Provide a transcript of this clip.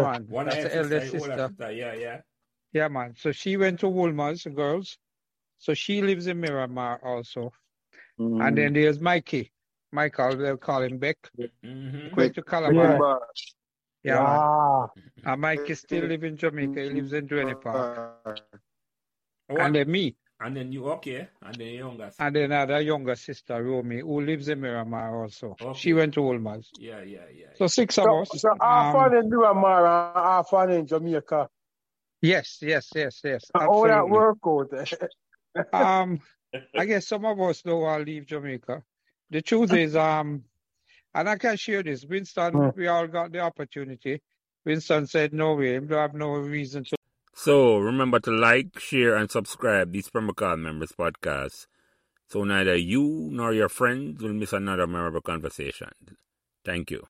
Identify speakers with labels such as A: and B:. A: man.
B: One
A: That's
B: half
A: the elder
B: sister, whole half
A: sister.
B: sister. Yeah, yeah.
A: Yeah, man. So she went to Woolmer's, the girls. So she lives in Miramar also. And
C: Mm.
A: then there's Mikey. Michael, they'll call him Beck.
B: Mm-hmm.
A: Went to Calabar.
C: remember,
A: Yeah, man.
C: ah,
A: And Mikey still live in Jamaica. He lives in Dwayne Park.
B: Oh,
A: And
B: and,
A: then me.
B: then you okay? And then youngest.
A: And then another younger sister, Romy, who lives in Miramar also.
B: Okay.
A: She went to Woolmer's.
B: yeah, yeah, yeah.
A: So six of
C: so,
A: us.
C: so half
A: um,
C: um, in Miramar and half an in Jamaica.
A: Yes, yes, yes, yes.
C: All that
A: Absolutely.
C: work out.
A: um, I guess some of us know I'll leave Jamaica. The truth is, um, and I can share this. Winston,
C: Hmm.
A: we all got the opportunity. Winston said, "No way, I have no reason to
D: So remember to like, share, and subscribe these Permacall Members podcast so neither you nor your friends will miss another memorable conversation. Thank you.